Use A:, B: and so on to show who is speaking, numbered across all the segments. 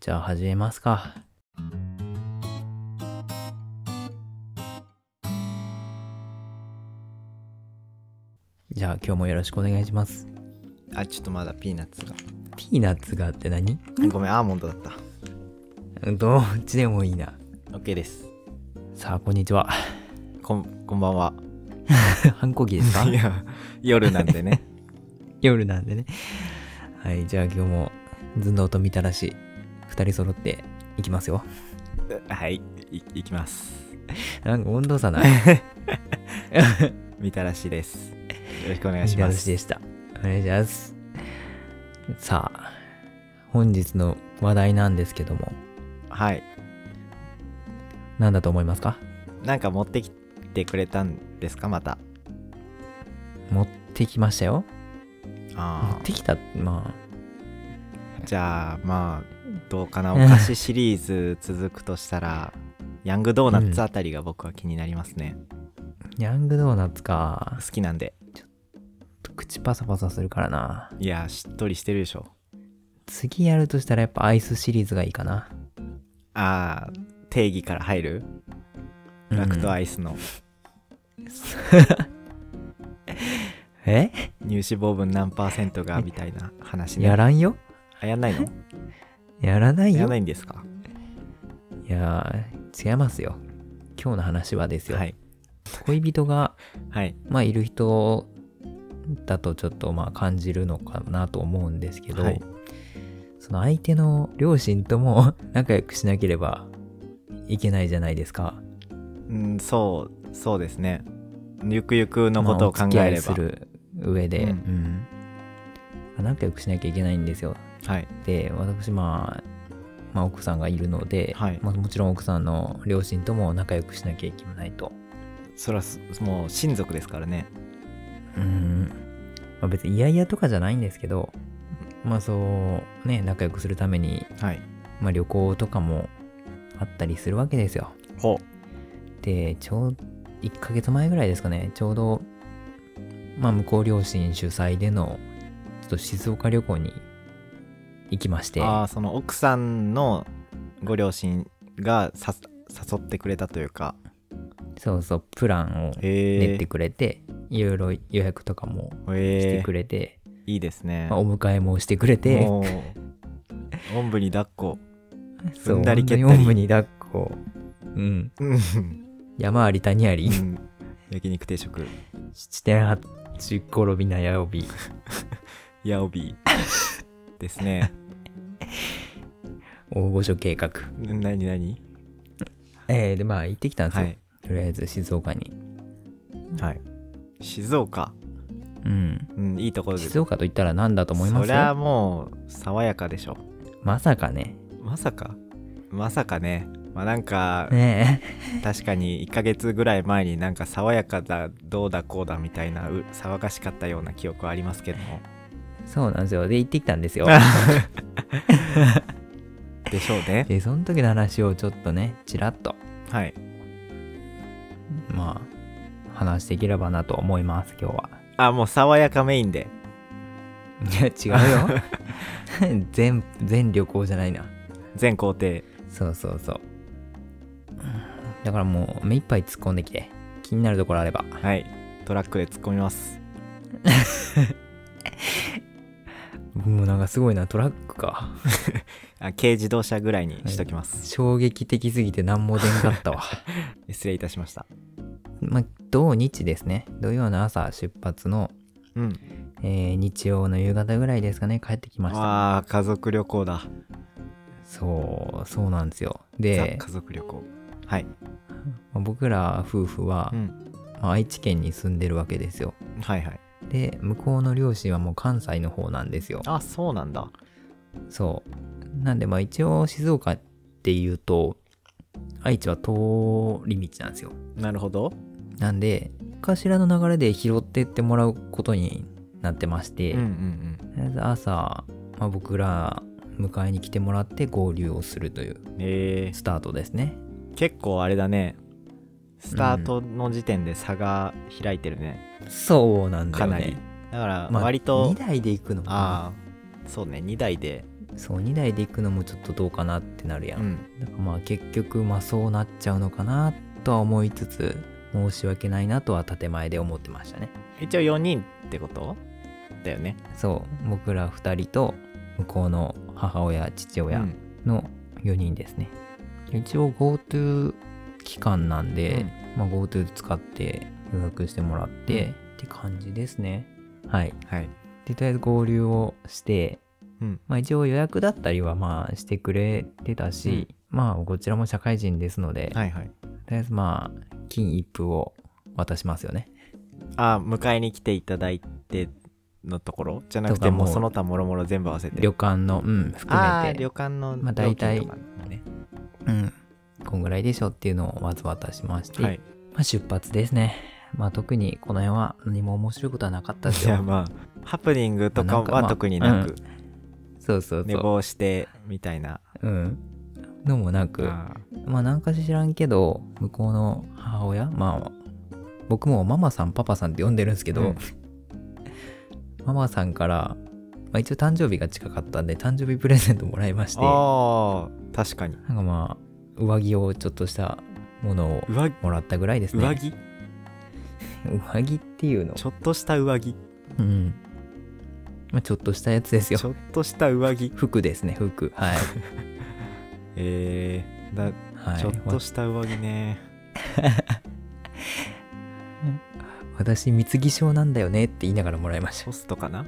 A: じゃあ始めますか。じゃあ今日もよろしくお願いします。
B: あちょっとまだピーナッツが
A: ピーナッツがあって何
B: ごめんアーモンドだった
A: どっちでもいいな。
B: OK です
A: さあ、こんにちは。
B: こんこんばんは
A: 反抗期ですか
B: いや夜なんでね
A: 夜なんでね。はい、じゃあ今日もずんどうとみたらし、二人揃っていきますよ。
B: はいいいきます
A: なんか温度差ない。
B: みたらしですよろしくお願い
A: み
B: したま
A: らし
B: す
A: でした。お願いします。さあ、本日の話題なんですけども、
B: はい
A: 何だと思いますか
B: なんか持ってきてくれたんですかまた
A: 持ってきましたよ。持っ
B: あ
A: てきた、ま
B: ーじゃあまあどうかなお菓子シリーズ続くとしたらヤングドーナツあたりが僕は気になりますね、
A: あ、ヤングドーナツか。
B: 好きなんで
A: 口パサパサするからな。
B: いやしっとりしてるでしょ
A: 次やるとしたらやっぱアイスシリーズがいいかな。
B: あー定義から入るラクトアイスの
A: うんえ
B: 乳脂肪分何パーセントがみたいな話ね
A: やらんよ
B: あやんないの
A: やらない
B: やら
A: よ
B: ないんですか
A: いやー違いますよ今日の話はですよ、
B: はい
A: 恋人が
B: はい
A: まあいる人だとちょっとまあ感じるのかなと思うんですけど、
B: はい
A: その相手の両親とも 仲良くしなければいけないじゃないですか
B: うんそうそうですねゆくゆくのことを考
A: まあ
B: えれば、
A: お付き合いする上で、
B: うん
A: うん仲良くしなきゃいけないんですよ
B: はい
A: で私、まあ、まあ奥さんがいるので、
B: はい
A: まあ、もちろん奥さんの両親とも仲良くしなきゃいけないと
B: それはすもう親族ですからね
A: うん、まあ、別に嫌々とかじゃないんですけどまあそうね仲良くするために、
B: はい
A: まあ、旅行とかもあったりするわけですよ
B: ほ
A: でちょう1ヶ月前ぐらいですかねちょうどまあ向こう両親主催でのちょっと静岡旅行に行きまして
B: うああその奥さんのご両親がさ誘ってくれたというか
A: そうそうプランを練
B: へ
A: ってくれて、いろいろ予約とかも
B: え
A: して
B: へえ
A: くれて、
B: いいですね
A: まあ、お迎えもしてくれて
B: もうおんぶに抱っこ
A: そう
B: 踏んだり蹴ったり
A: 本当におんぶに抱っこうん
B: うん
A: 山あり谷あり
B: うん焼肉定食
A: 7.8転び悩曜日
B: ヤオビーですね
A: 大御所計画
B: 何何
A: えー、でまあ行ってきたんです
B: は
A: よ、
B: い
A: とりあえず静岡に
B: はい静岡
A: うん
B: うんいいところです
A: 静岡と言ったら何だと思いま
B: そりゃ
A: す
B: もう爽やかでしょ
A: まさかね
B: まさかまさかねまあなんか
A: ねえ
B: 確かに1ヶ月ぐらい前になんか爽やかだどうだこうだみたいなう騒がしかったような記憶はありますけども
A: そうなんですよで行ってきたんですよ
B: でしょう ね
A: でその時の話をちょっとねちらっと
B: はい
A: まあ話していければなと思います今日は
B: あもう爽やかメインで
A: いや違うよ 全全旅行じゃないな
B: 全工程
A: そうそうそうだからもう目いっぱい突っ込んできて気になるところあれば
B: はいトラックで突っ込みます
A: もうなんかすごいなトラックか
B: あ軽自動車ぐらいにしときます、
A: 衝撃的すぎて何も出んかったわ
B: 失礼いたしました
A: まあ土日ですね土曜の朝出発の、
B: うん
A: えー日曜の夕方ぐらいですかね帰ってきました
B: ああ家族旅行だ、
A: そうそうなんですよ
B: ザ
A: で
B: 家族旅行はい、
A: まあ僕ら夫婦は
B: う、ん、
A: まあ愛知県に住んでるわけですよ
B: はいはい
A: で向こうの両親はもう関西の方なんですよ
B: あそうなんだ
A: そう。なんで、まあ一応静岡っていうと、愛知は通り道なんですよ。
B: なるほど
A: なんで、頭の流れで拾ってってもらうことになってまして、
B: うんうん
A: とりあえず朝、まあ、僕ら迎えに来てもらって合流をするという
B: うんえ
A: スタートですね。
B: ー、結構あれだねスタートの時点で差が開いてるね、
A: そうなんだ
B: か
A: よね。
B: なりだから
A: まあ
B: 割と
A: 2、台で行くのかな
B: ああそうね2台で
A: そう2台で行くのもちょっとどうかなってなるやん、
B: うん
A: だからまあ結局まあそうなっちゃうのかなとは思いつつ申し訳ないなとは建前で思ってましたね
B: 一応4人ってことだよね
A: そう僕ら2人と向こうの母親父親
B: うん
A: の4人ですね、一応 GoTo 期間なんで、まあ、GoTo 使って予約してもらって、って感じですねはい
B: はい
A: でとりあえず合流をして、
B: うん
A: まあ、一応予約だったりはまあしてくれてたし、まあこちらも社会人ですので、
B: はいはい
A: とりあえずまあ金一封を渡しますよね
B: あ迎えに来ていただいてのところじゃなく
A: とか
B: て
A: もう
B: もうその他もろもろ全部合わせて
A: 旅館のうん含
B: あ
A: め
B: ー
A: て
B: 旅館の
A: まあ大体
B: 料金とかね
A: うんこんぐらいでしょっていうのをまず渡しまして、
B: はい
A: まあ、出発ですねまあ特にこの辺は何も面白いことはなかったです
B: いや
A: よ
B: まあハプニングとか
A: なんかま
B: は
A: あ
B: 特になく
A: そうそう
B: 寝
A: そ
B: 坊してみたいな
A: ううんのもなく
B: あ
A: まあなんか知らんけど向こうの母親まあ僕もママさんパパさんって呼んでるんですけど、
B: うん
A: ママさんから、まあ、一応誕生日が近かったんで誕生日プレゼントもらいましてな
B: あー確かに
A: んかまあ上着をちょっとしたものを
B: 上
A: もらったぐらいですね
B: 上着
A: 上着っていうの
B: ちょっとした上着
A: うん、まあ、ちょっとしたやつですよ
B: ちょっとした上着
A: 服ですね服 はい、
B: えー、だ
A: はい、
B: ちょっとした上着ね
A: わ私貢ぎ症なんだよねって言いながらもらいました
B: ホストかな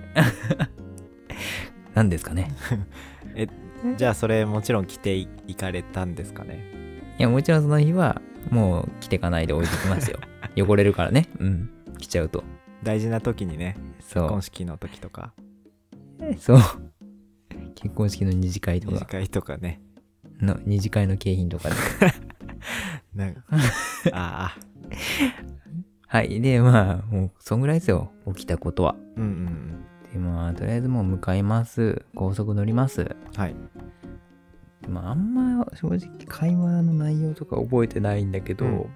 A: 何ですかね
B: じゃあそれもちろん着てい行かれたんですかね
A: いや、もちろんその日は、もう着てかないで置いとき ますよ。汚れるからね。うん。着ちゃうと。
B: 大事な時にね
A: そ
B: 結婚
A: う。
B: 式の時とか
A: そう。結婚式の二次会と
B: 二次
A: か、
B: 会とかね
A: の二次会の景品と かで。
B: なんか ああ
A: はい。で、まあ、もう、そんぐらいですよ。起きたことは。
B: うんうん
A: で、まあ、とりあえずもう向かいます。高速乗ります。
B: うんはい
A: でまあ、あんま正直会話の内容とか覚えてないんだけど、
B: うん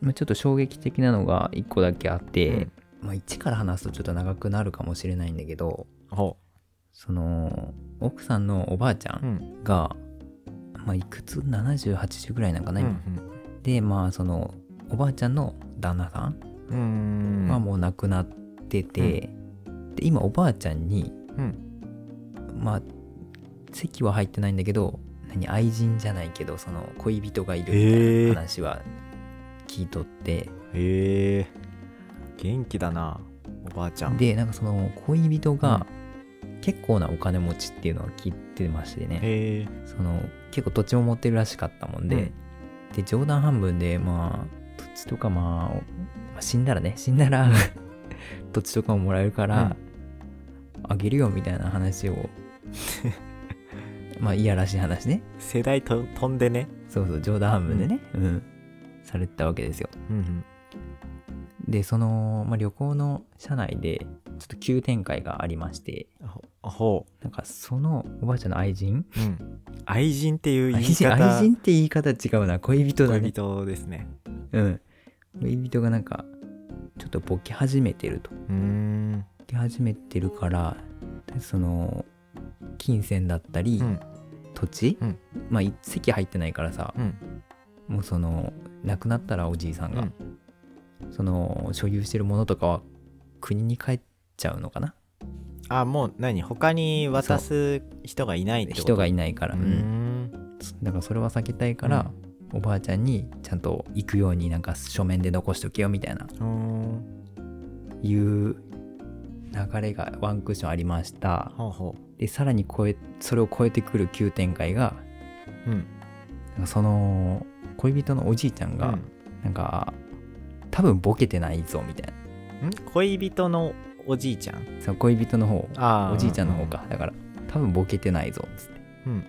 A: まあ、ちょっと衝撃的なのが一個だけあって、
B: うん
A: まあ、一から話すとちょっと長くなるかもしれないんだけど、
B: ほ
A: その奥さんのおばあちゃ
B: ううんん
A: が、まあいくつ7080ぐらいなんか
B: う
A: な、
B: んう
A: 今
B: ん
A: でまあそのおばあちゃんの旦那さん
B: うんうん
A: はもう亡くなってて、で今おばあちゃんに
B: うん
A: まあ席は入ってないんだけど何愛人じゃないけどその恋人がいるみたい
B: え
A: な
B: ー
A: 話は聞いとって、
B: へえ元気だなおばあちゃん
A: でなんかその恋人が結構なお金持ちっていうのは聞いてましてね、
B: へえ
A: その結構土地も持ってるらしかったもんで、
B: うん
A: で冗談半分でまあ土地とかまあおまあ死んだらね死んだら 土地とかももらえるから、あげるよみたいな話 をまあいやらしい話ね
B: 世代と飛んでね
A: そうそう冗談半分でね、うんされてたわけですよ
B: うん
A: でその、まあ、旅行の車内でちょっと急展開がありまして
B: うんほほ
A: なんかそのおばあちゃんの愛人
B: ううん愛人っていう言
A: 愛
B: い
A: 人
B: 方
A: 愛人って言い方違うな恋人だね
B: 恋人ですね
A: うん。恋人がなんか、ちょっとボケ始めてると。ボ
B: うーん
A: ケ始めてるから、でその、金銭だったり、
B: うん
A: 土地、
B: うん
A: まあ、一席入ってないからさ、
B: うん
A: もうその、亡くなったらおじいさんが、その、所有してるものとかは、国に帰っちゃうのかな
B: あもう何他に渡す人がいないってこと
A: 人がい
B: い
A: ないから。う。
B: うんん
A: だからそれは避けたいから、おばあちゃんにちゃんと行くようになんか書面で残しとけよみたいな
B: うーん
A: いう流れがワンクッションありました
B: ほうほ
A: でさらに超えそれを超えてくる急展開が
B: ううん
A: なんかその恋人のおじいちゃんが、なんか多分ボケてないぞみたいな
B: うんん恋人のおじいちゃん
A: その恋人の方
B: あー
A: おじいちゃんの方かだから多分ボケてないぞっつっ
B: うん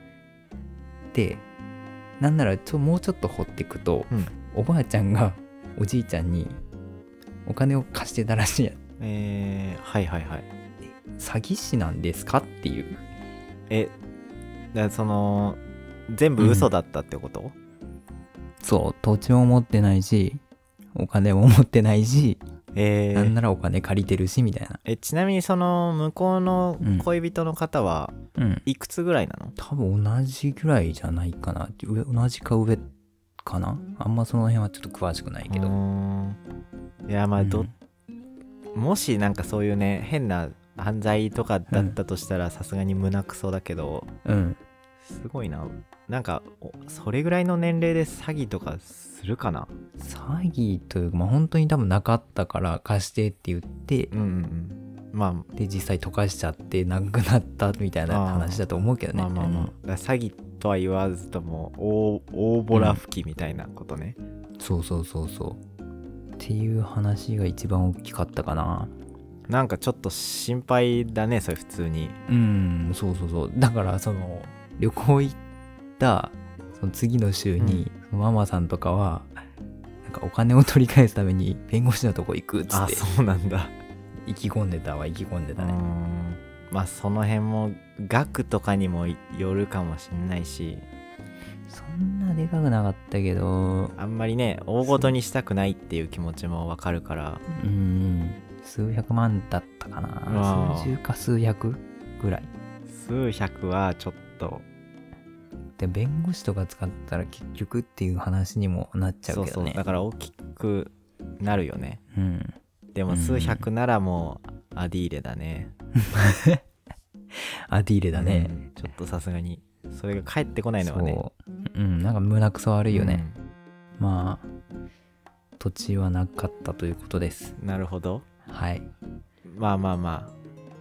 A: てでなんならちょもうちょっと掘っていくと、
B: うん
A: おばあちゃんがおじいちゃんにお金を貸してたらしいや
B: えー、はいはいはい
A: 詐欺師なんですかっていう
B: えだその全部嘘だったってこと、
A: そう土地も持ってないしお金も持ってないし、
B: え
A: なん
B: ー
A: ならお金借りてるしみたいな
B: えちなみにその向こうの
A: うん
B: 恋人の方は
A: うん。
B: いくつぐらいなの
A: 多分同じぐらいじゃないかな。上同じか上かなあんまその辺はちょっと詳しくないけ
B: うー
A: ど。
B: んいやまあど、もしなんかそういうね変な犯罪とかだったとしたらさすがに胸くそだけど
A: うん。
B: すごいななんかおそれぐらいの年齢で詐欺とかするかな
A: 詐欺というか、まあ本当に多分なかったから貸してって言って、
B: うんうんうんまあ
A: で実際溶かしちゃってなくなったみたいな話だと思うけどね。
B: まあまあまあ、だから詐欺とは言わずとも大大ボラ吹きみたいなことね、
A: うんそうそうそうそう。っていう話が一番大きかったかな。
B: なんかちょっと心配だねそれ普通に
A: うん、そうそうそう。だから、その、旅行行った、その次の週に、そのママさんとかは、なんかお金を取り返すために弁護士のとこ行くっつ
B: あ
A: って、
B: そうなんだ
A: 意気込んでたわ、意気込んでた
B: う
A: ね。
B: んまあその辺も額とかにもよるかもしんないし
A: そんなでかくなかったけど、
B: あんまりね大ごとにしたくないっていう気持ちもわかるから
A: うん、数百万だったかな。
B: あー
A: 数十か数百ぐらい。
B: 数百はちょっと
A: で、弁護士とか使ったら結局っていう話にもなっちゃ
B: そうう
A: けど
B: そう
A: ね。
B: だから大きくなるよね
A: うん。
B: で
A: う
B: も
A: ん
B: 数百ならもうアディーレだね
A: アディーレだね。
B: うんちょっとさすがにそれが返ってこないのはね
A: そううんなんか胸くそ悪いよね、
B: うん
A: まあ土地はなかったということです
B: なるほど
A: はい
B: まあまあまあ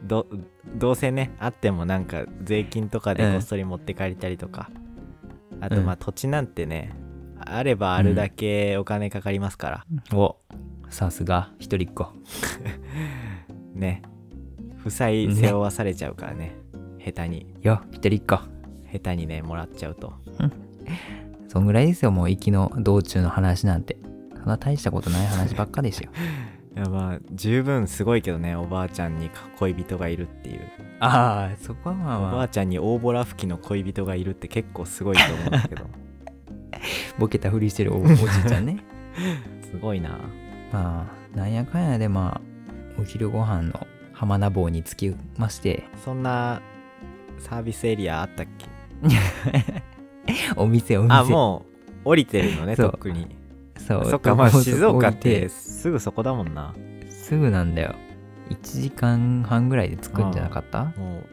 B: どどうせねあってもなんか税金とかでこっそり持って帰りたりとか、あとまあ土地なんてね、あればあるだけお金かかりますから、
A: おさすが一人っ子
B: ね負債背負わされちゃうからね下手に
A: よ一人っ子
B: 下手にねもらっちゃうと
A: そんぐらいですよもう行きの道中の話なんてそんな大したことない話ばっかです よ
B: いやまあ十分すごいけどねおばあちゃんに恋人がいるっていう、
A: ああそこはまあ
B: おば
A: ま
B: あ
A: あ
B: ちゃんに大ボラ吹きの恋人がいるって結構すごいと思うんだけ ど
A: ボケたふりしてるおおじいちゃんね
B: すごいな
A: まあなんやかんやでまあお昼ご飯の浜名坊につきまして
B: そんなサービスエリアあったっけ
A: お店お店
B: あもう降りてるのね
A: そう
B: とっくに
A: そう
B: そっかまあ
A: どうぞ
B: 静岡っ
A: 置い
B: てすぐそこだもんな
A: すぐなんだよ1時間半ぐらいで着くんじゃなかった
B: もう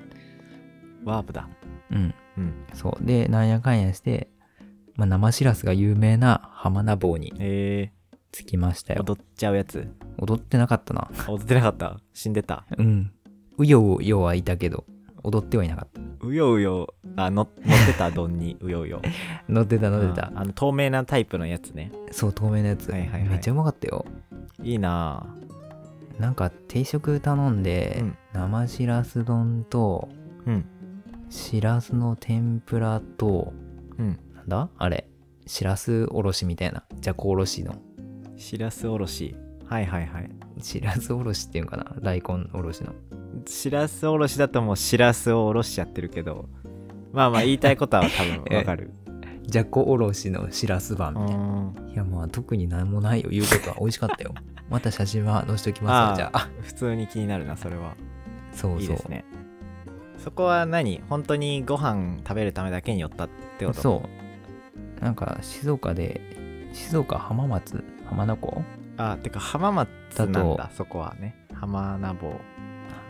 B: ワープだ
A: うん
B: うん
A: そうでなんやかんやして、まあ、生しらすが有名な浜名坊に
B: え
A: 着きました
B: ー、
A: よ
B: 踊っちゃうやつ
A: 踊ってなかったな
B: 踊ってなかった死んでた
A: うんうようよはいたけど踊ってはいなかった
B: うようよあの乗っ てた丼にうようよ
A: 乗ってた乗って
B: あ
A: た
B: ーあの透明なタイプのやつね
A: そう透明なやつ、
B: はいはいはい
A: めっちゃうまかったよ
B: いいな
A: なんか定食頼んで、
B: うん
A: 生しらす丼と
B: あうん
A: しらすの天ぷらと
B: うん
A: なんだあれしらすおろしみたいなじゃこおろしの
B: しらすおろしはいはいはい
A: しらすおろしっていうんかな大根おろしの
B: しらすおろしだともうしらすをおろしちゃってるけどまあまあ言いたいことは多分わか る
A: じゃこおろしのしらす版
B: う
A: みたいな、
B: ん
A: いやまあ特に何もないよ言うことは美味しか ったよまた写真は載せておきますよじゃあ
B: 普通に気になるなそれは
A: そうそう
B: いいですねそこは何本当にご飯食べるためだけに寄ったってこと
A: そうなんか静岡で静岡浜松浜名湖
B: あてか浜松
A: だ
B: なんだ
A: と
B: そこはね浜名坊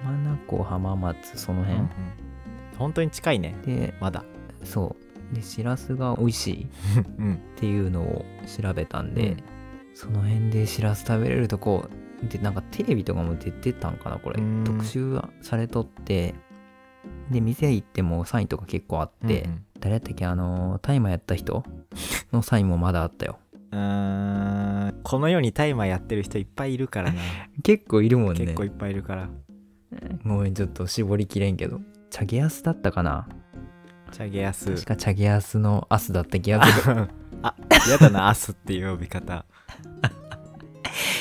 A: 浜名湖浜松その
B: うんう
A: 辺、
B: ん本当に近いね
A: で
B: まだ
A: そうでしらすが美味しい
B: うん
A: っていうのを調べたんで、
B: うん
A: その辺でしらす食べれるとこでなんかテレビとかも出てたんかなこれ
B: うん
A: 特集はされとってで店行ってもサインとか結構あって、
B: うん
A: 誰やったっけあのー大麻やった人のサインもまだあったよ
B: うんうーんこの世にタイマーやってる人いっぱいいるから な
A: 結構いるもんね
B: 結構いっぱいいるから
A: ごめんちょっと絞りきれんけどチャゲアスだったかな
B: チャゲやす
A: 確かチャゲアスのアスだった気がする
B: あやだなアスっていう呼び 方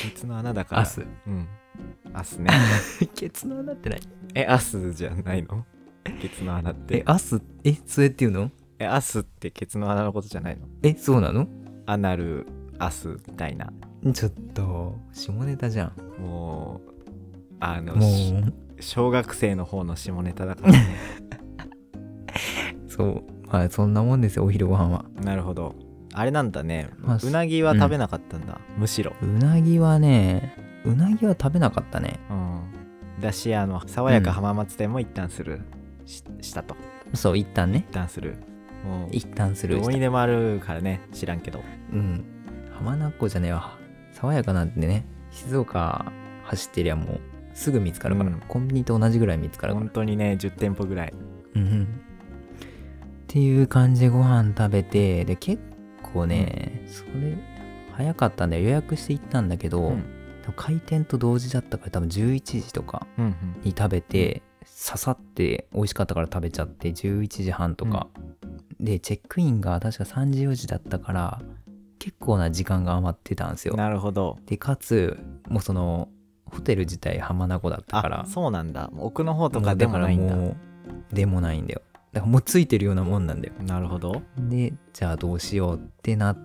B: ケツの穴だから
A: アス
B: うんアスね
A: ケツの穴ってない
B: えアスじゃないのケツの穴って
A: えアスえそれっていうの
B: え、アスってケツの穴のことじゃないの
A: えそうなの
B: アナル、アスみたいな。
A: ちょっと下ネタじゃん
B: もう、あの、
A: も
B: し
A: う
B: 小学生の方の下ネタだからね。
A: そうまあそんなもんですよお昼ご飯は
B: なるほどあれなんだね、
A: まあ
B: うなぎは食べなかったんだ、むしろ、
A: うなぎはねうなぎは食べなかったね
B: うん、だしあの爽やか浜松店も一旦する、ししたと
A: そう一旦ね
B: 一旦するもう
A: 一旦する
B: どこにでもあるからね知らんけど
A: うん浜名湖じゃねえわ爽やかなんてね静岡走ってりゃもうすぐ見つかるから、
B: うん
A: コンビニと同じぐらい見つかるから
B: 本当にね10店舗ぐらい
A: うんうんっていう感じでご飯食べてで結構ね、それ早かったんだよ予約して行ったんだけど、
B: うん
A: 多分開店と同時だったから多分11時とか
B: うん
A: に食べて刺さって美味しかったから食べちゃって11時半とか、でチェックインが確か3時4時だったから結構な時間が余ってたんです
B: うん
A: よ
B: なるほど
A: でかつもうそのホテル自体浜名湖だったから
B: あそうなんだもう奥の方とかでもないんだ
A: もうからもうでもないんだよだからもうついてるようなもんなんだよ
B: なるほど
A: でじゃあどうしようってな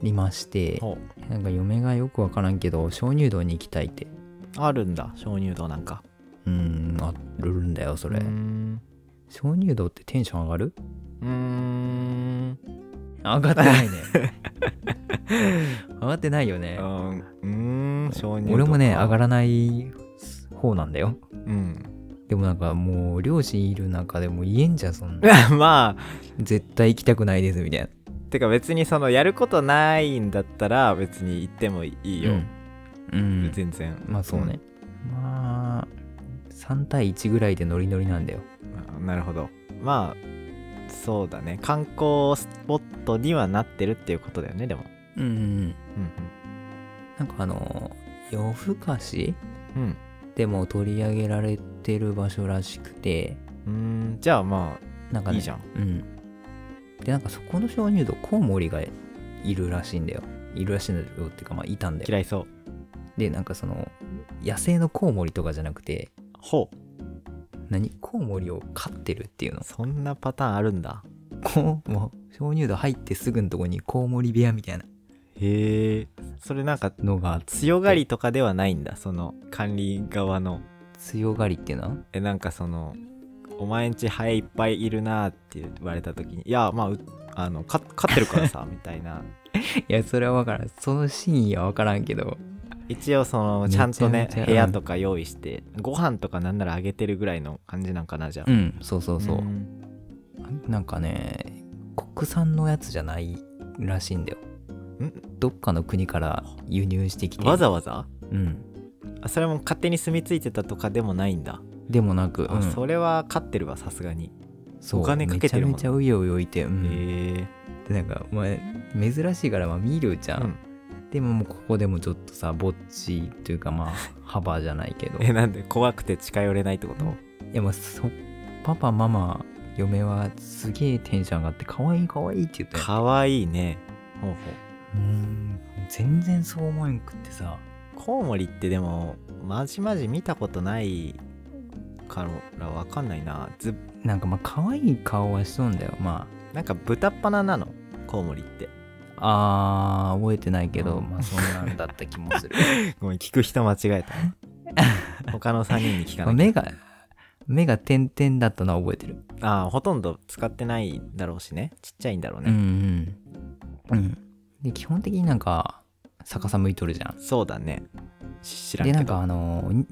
A: りまして
B: ほう
A: なんか嫁がよくわからんけど鍾乳洞に行きたいって
B: あるんだ鍾乳洞なんか
A: うーんあるんだよそれ
B: うーん
A: 鍾乳洞ってテンション上がる
B: うーん
A: 上がってないね 上がってないよね
B: うんうーん鍾乳洞
A: 俺もね上が
B: ら
A: らない方なんだよ
B: うん
A: でもなんかもう両親いる中でも言えんじゃんそんな
B: まあ
A: 絶対行きたくないですみたいな
B: てか別にそのやることないんだったら別に行ってもいいよ、
A: うん、うん
B: 全然
A: まあそうね、まあ3対1ぐらいでノリノリなんだよ
B: あなるほどまあそうだね観光スポットにはなってるっていうことだよねでも
A: うんうん
B: うん
A: なんかあの夜更かし
B: うんうん
A: でも取り上げられてる場所らしくて
B: うーんじゃあま
A: なんか
B: あ
A: ね
B: いいじゃん
A: うんでなんかそこの鍾乳洞コウモリがいるらしいんだよいるらしいんだよっていうかまあいたんだよ
B: 嫌いそう
A: でなんかその野生のコウモリとかじゃなくて
B: ほう
A: 何コウモリを飼ってるっていうの
B: そんなパターンあるんだ
A: こうもう鍾乳洞入ってすぐのとこにコウモリ部屋みたいな
B: へえそれなんか
A: のがあって
B: 強がりとかではないんだその管理側の
A: 強がりっていうのは
B: えなんかそのお前んちハエいっぱいいるなーって言われた時にいやまあうあのか飼ってるか らさみたいない
A: や、それは分からん。その真意は分からんけど。
B: 一応そのちゃんと
A: め
B: ね
A: ちゃめちゃ
B: 部屋とか用意してご飯とかなんならあげてるぐらいの感じなんかなじゃあ
A: うん、そうそうそう。
B: ん
A: なんかね、国産のやつじゃないらしいんだよ。
B: ん
A: どっかの国から輸入してきて。
B: わざわざ
A: うん。
B: あそれも勝手に住み着いてたとかでもないんだ、
A: でもなく、
B: あ
A: うん
B: それは飼ってるわさすがに
A: そう
B: お金かけてるもん
A: めちゃめちゃうようよいて、う
B: へ
A: ん
B: え
A: でなんか、まあ、珍しいからまあ見るじゃん。
B: うん
A: でももうここでもちょっとさ、ぼっちというかまあ、幅じゃない けど。
B: えなんで怖くて近寄れないってこと
A: いやまあそパパママ嫁はすげえテンション上がって可愛い可愛いって言ったよ
B: かわいいねほうほ
A: うーん全然そう思えんくってさ
B: うコウモリってでもまじまじ見たことないからわかんないなず
A: なんかまあ可愛い顔はしとんだよま
B: なんか豚っ鼻なのコウモリって
A: ああー覚えてないけど、
B: うん
A: まあそんなんだった気も する
B: ごめん聞く人間違え た他の3人に聞かなきゃ
A: 目が目が点々だったのは覚えてる
B: ああほとんど使ってないだろうしねちっちゃいんだろう
A: う
B: ね、
A: んうんうんで基本的になんか逆さ向いとるじゃん
B: そうだねし知らん
A: で
B: け
A: な
B: ど
A: んかあのーに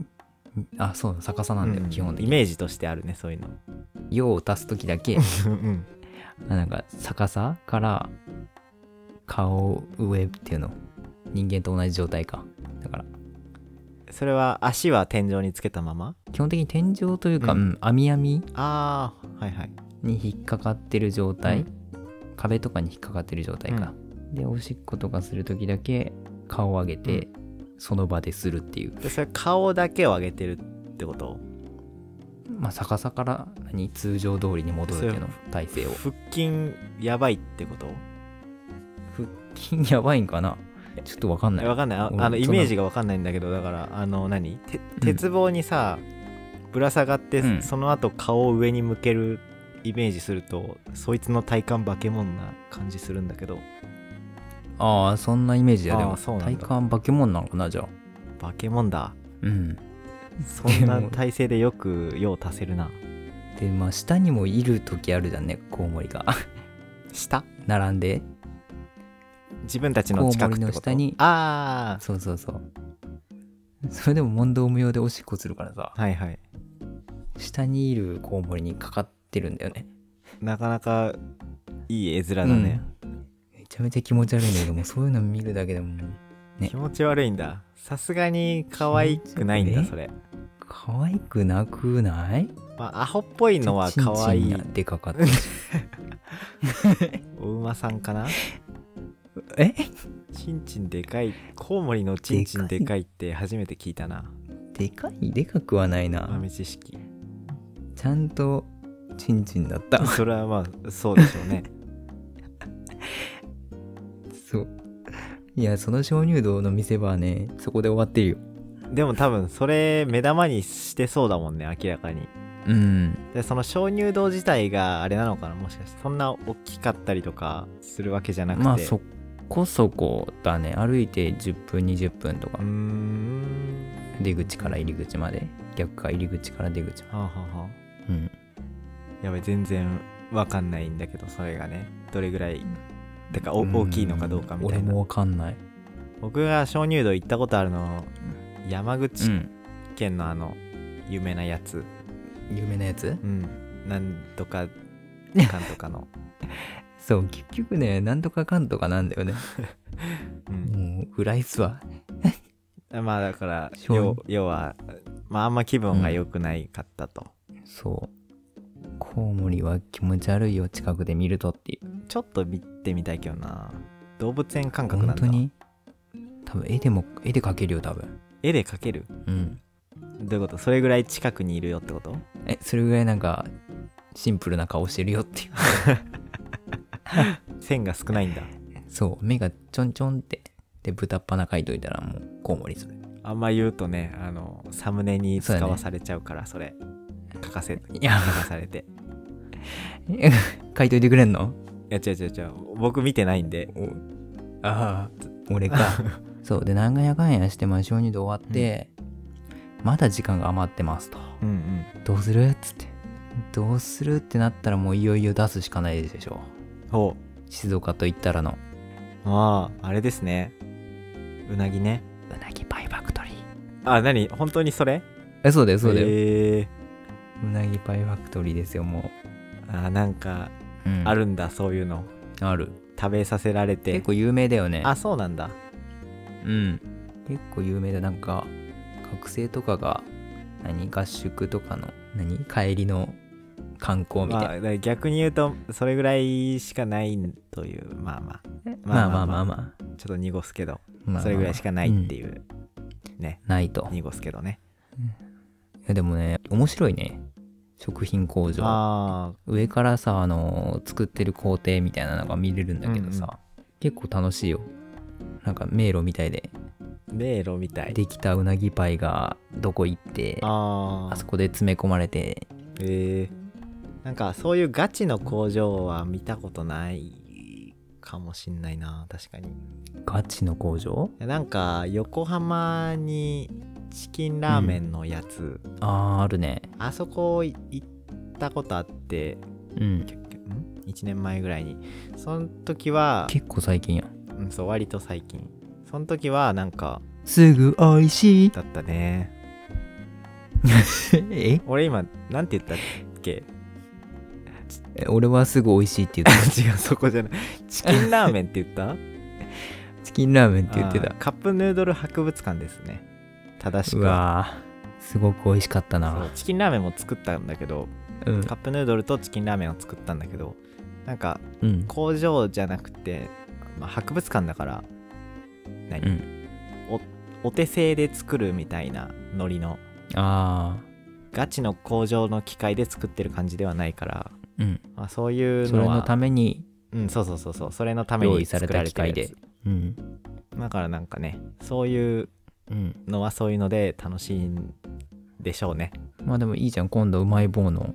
A: あそう逆さなんだよ、
B: う
A: 基本的
B: イ
A: に
B: メージとしてあるねそういうの
A: 「用を足す時だけ
B: うん
A: なんか逆さから顔上っていうの人間と同じ状態かだから
B: それは足は天井につけたまま
A: 基本的に天井というか、
B: う
A: うんん、網網
B: ああはいはい
A: に引っかかってる状態、
B: う
A: 壁とかに引っかかってる状態か、でおしっことかする時だけ顔を上げて、その場でするっていう
B: でそれ顔だけを上げてるってこと
A: まあ逆さから何通常通りに戻るっていうの体勢を
B: 腹筋やばいってこと
A: 腹筋やばいんかなちょっとわかんない
B: えわかんないあ
A: 俺
B: あの
A: そんな
B: イメージがわかんないんだけどだからあの何て鉄棒にさ、ぶら下がって、
A: うん
B: その後顔を上に向けるイメージするとそいつの体幹化け物な感じするんだけど
A: ああそんなイメージだで
B: あ
A: も
B: ーそうなんだ
A: 体幹化け物なのかなじゃあ
B: 化け物だ
A: うん
B: そんな
A: でも
B: 体勢でよく用足せるな
A: でまあ下にもいる時あるじゃんねコウモリが
B: 下
A: 並んで
B: 自分たちの近くってこと
A: コウモリの下に
B: あ
A: そうそうそうそれでも問答無用でおしっこするからさ
B: あはいはい
A: 下にいるコウモリにかかってるんだよね
B: なかなかいい絵面だね、
A: うんめちゃめちゃ気持ち悪いん だけどもうそういうの見るだけでももうね
B: 気持ち悪いんださすがに可愛くないんだ
A: 気持ち
B: それ
A: 可愛くなくない
B: まあアホっぽいのは可愛
A: チンチ
B: い
A: ンがでかかったし
B: お馬さんかな
A: え
B: チンチンでかいコウモリのチンチンでかいって初めて聞いたな
A: でかいでかくはないな
B: 豆知識
A: ちゃんとチンチンだった
B: それはまあそうでしょうね
A: そういやその鍾乳洞の見せ場はねそこで終わってるよ
B: でも多分それ目玉にしてそうだもんね明らかに
A: うん
B: でその鍾乳洞自体があれなのかなもしかしてそんな大きかったりとかするわけじゃなくて
A: まあそこそこだね歩いて10分20分とか
B: うーん
A: 出口から入り口まで逆か入り口から出口ま
B: はあ、はあは
A: でうん
B: あ、やばい全然わかんないんだけどそれがねどれぐらいてかお
A: うん
B: 大きいのかどうかみたい
A: 俺も
B: な
A: わかんない
B: 僕が鍾乳洞行ったことあるの山
A: う
B: 口
A: ん
B: 県のあの有名なやつ
A: 有名なやつ
B: うんなんとかかんとか の、
A: そう結局ねなんとかかんとかなんだよね
B: うん、
A: もう裏いっすわ
B: まあだから
A: 鍾
B: 要要はまああんま気分が良くないかったと、
A: そうコウモリは気持ち悪いよ近くで見るとっていう
B: ちょっと見てみたいけどな動物園感覚な
A: 本
B: ん
A: 当
B: だ
A: に多分絵でも絵で描けるよ多分
B: 絵で描ける
A: うん
B: どういうことそれぐらい近くにいるよってこと
A: えそれぐらいなんかシンプルな顔してるよっていう
B: 線が少 ないんだ
A: そう目がちょんちょんってで豚っ鼻描いといたらもうコウモリそれ
B: あんま言うとねあのサムネに使
A: そうだね
B: わされちゃうからそれ書かせ
A: いや
B: 書かされて
A: 描いといてくれんの
B: いや違う違う違う僕見てないんで
A: ああ俺か そうでなんやかんやしてまあ小児で終わって、まだ時間が余ってますと
B: うんうん
A: どうするっつってどうするってなったらもういよいよ出すしかないでしょ
B: ほ
A: 静岡と言ったらの
B: うまああれですねうなぎね
A: うなぎパイファクトリー
B: あ何本当にそれ
A: えそうだよそうだよ、
B: え
A: うなぎパイファクトリーですよも
B: ー、あなんか
A: う、うん
B: あるんだ、そういうの
A: ある
B: 食べさせられて
A: 結構有名だよね
B: あそうなんだ
A: うん結構有名だなんか学生とかが何合宿とかの何帰りの観光みたい
B: まあ
A: な、
B: だから逆に言うとそれぐらいしかないというまあまあ
A: まあまあまあまあまあ
B: ちょっと濁すけど
A: まあ
B: それぐらいしかないって
A: う
B: いう、ね
A: んないとい
B: 濁すけどね
A: やでもね面白いね食品工場
B: あ
A: 上からさあの作ってる工程みたいなのが見れるんだけどさ、結構楽しいよなんか迷路みたいで
B: あ迷路みたい
A: できたうなぎパイがどこ行ってあ
B: ああ
A: そこで詰め込まれて
B: えー、なんかそういうガチの工場は見たことないかもしんないな確かに
A: ガチの工場
B: なんか横浜にチキンラーメンのやつ、
A: あーあるね
B: あそこ行ったことあって
A: うん
B: 1年前ぐらいにその時は、
A: 結構最近やん
B: うん、そう割と最近その時はなんか
A: すぐおいしい
B: だったね
A: え
B: 俺今なんて言ったっ け
A: え俺はすぐおいしいって言って
B: 違うそこじゃないチキンラーメンって言った
A: たチキンラーメンって 言って
B: あ
A: た
B: ーカップヌードル博物館ですね正し
A: う
B: くは
A: わーすごく美味しかった
B: そう
A: な
B: チキンラーメンも作ったんだけど
A: うん
B: カップヌードルとチキンラーメンを作ったんだけどなんか
A: うん
B: 工場じゃなくて、まあ、博物館だから何、
A: うん
B: お手製で作るみたいなノリの
A: あ
B: ガチの工場の機械で作ってる感じではないから、
A: ーうん
B: まあ、そういう
A: それ
B: の
A: の
B: は
A: ために
B: うん、そうそうそうそうそれのため
A: 用
B: に
A: 意され
B: 作
A: た
B: られ
A: 機
B: てる
A: 械
B: やつ
A: でうん
B: だからなんかねそういう
A: うん
B: のはそういうので楽しいんでしょうね
A: まあでもいいじゃん今度うまい棒の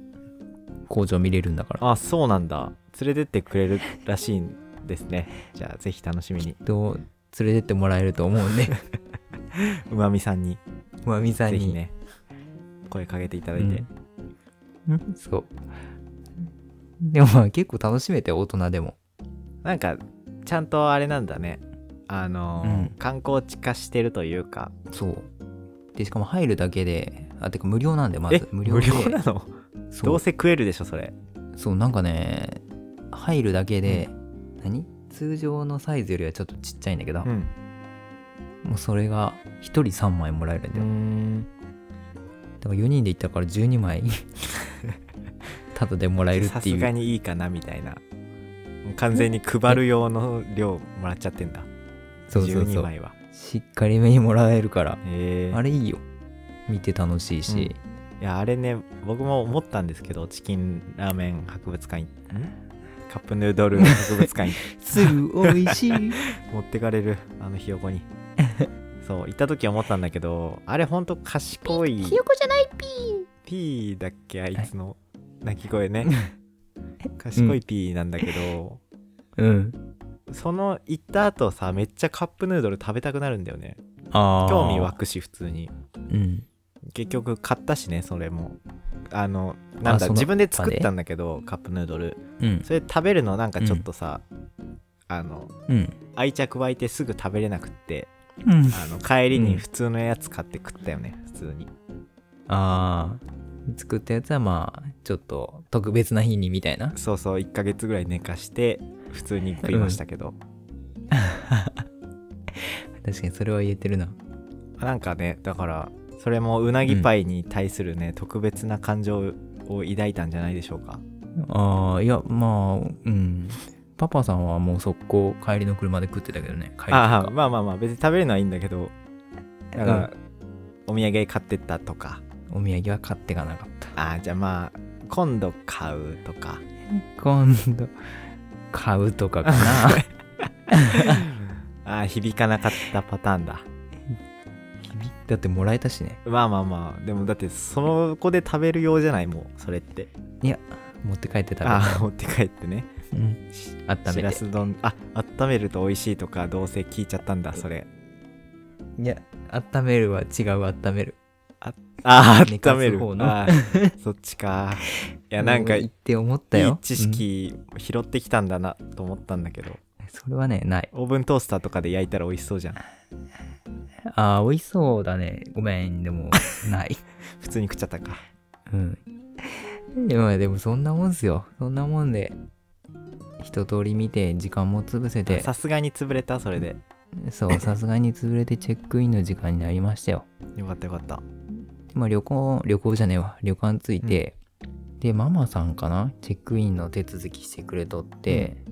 A: 工場見れるんだから
B: あそうなんだ連れてってくれるらしいんですねじゃあぜひ楽しみ に
A: どう連れてってもらえると思 うんで
B: うまみさんに
A: まみさん
B: ぜひ
A: に
B: ね声かけていただいて、
A: うんそう。でもまあ結構楽しめて大人でも。
B: なんかちゃんとあれなんだねあのー、
A: うん
B: 観光地化してるというか
A: そう。で、しかも入るだけで、あ、てか無料なんで、ま
B: え
A: ず。無料で。
B: なの
A: そ
B: どう
A: う
B: せ食えるでしょそれ
A: そう、なんかね、入るだけで、何通常のサイズよりはちょっとちっちゃいんだけど、
B: うん
A: もうそれが1人3枚もらえるんだよ。だから4人で行ったから12枚 タダでもらえる
B: さ
A: ってい
B: す
A: う
B: がにいいかなみたいなもう完全に配る用の量もらっちゃってんだ
A: そうそうそ
B: 12
A: う
B: 枚は
A: しっかりめにもらえるから
B: え
A: あれいいよ見て楽しいし、
B: いやあれね僕も思ったんですけどチキンラーメン博物館いカップヌードル博物館に
A: すぐ美味し い
B: 持ってかれるあのひよ こにそう行った時思ったんだけどあれほんと賢い
C: ひよこじゃないピー
B: ピーだっけあいつの鳴き声ね賢いピーなんだけど、
A: うん
B: その行った後さめっちゃカップヌードル食べたくなるんだよね
A: ああ
B: 興味湧くし普通に
A: うん
B: 結局買ったしねそれもあのなんだ
A: その
B: 自分で作ったんだけどカップヌードル
A: うん
B: それ食べるのなんかちょっとさ、あの
A: うん
B: 愛着湧いてすぐ食べれなくって
A: うん
B: あの帰りに普通のやつ買って食ったよね、普通に
A: ああ作ったやつはまあちょっと特別な日にみたいな
B: そうそう1ヶ月ぐらい寝かして普通に食いましたけど、
A: 確かにそれは言えてるな
B: なんかねだからそれもうなぎパイに対するね、特別な感情を抱いたんじゃないでしょうか
A: ああいやまあうんパパさんはもう速攻帰りの車で食ってたけどね帰りと
B: ああ
A: か
B: まあまあまあ別に食べるのはいいんだけどだから、お土産買ってったとか
A: お土産は買ってかなかった
B: ああじゃあまあ今度買うとか
A: 今度買うとかか な
B: ああ響かなかったパターンだ
A: だってもらえたしね
B: まあまあまあでもだってその子で食べる用じゃないもうそれって
A: いや持って帰ってた
B: ああ持って帰ってね
A: うん
B: し
A: 温
B: し
A: め
B: ら
A: て
B: す丼あ温めると美味しいとかどうせ聞いちゃったんだそれ
A: いや温めるは違う温める
B: あ
A: 寝
B: あ
A: か
B: 温め
A: す
B: る
A: 方の
B: あー そっちかい
A: い
B: やなんか
A: 言
B: い
A: って思ったよ
B: い知、識拾ってきたんだなと思ったんだけど
A: うんそれはねない
B: オーブントースターとかで焼いたら美味しそうじゃん
A: ああ美味しそうだねごめんでもない
B: 普通に食っちゃったか
A: うんいやまあでもそんなもんすよそんなもんで一通り見て時間も潰せて
B: さすがに潰れたそれで
A: そうさすがに潰れてチェックインの時間になりましたよ
B: よかったよかった
A: まあ、旅行旅行じゃねえわ旅館着いて、でママさんかなチェックインの手続きしてくれとって、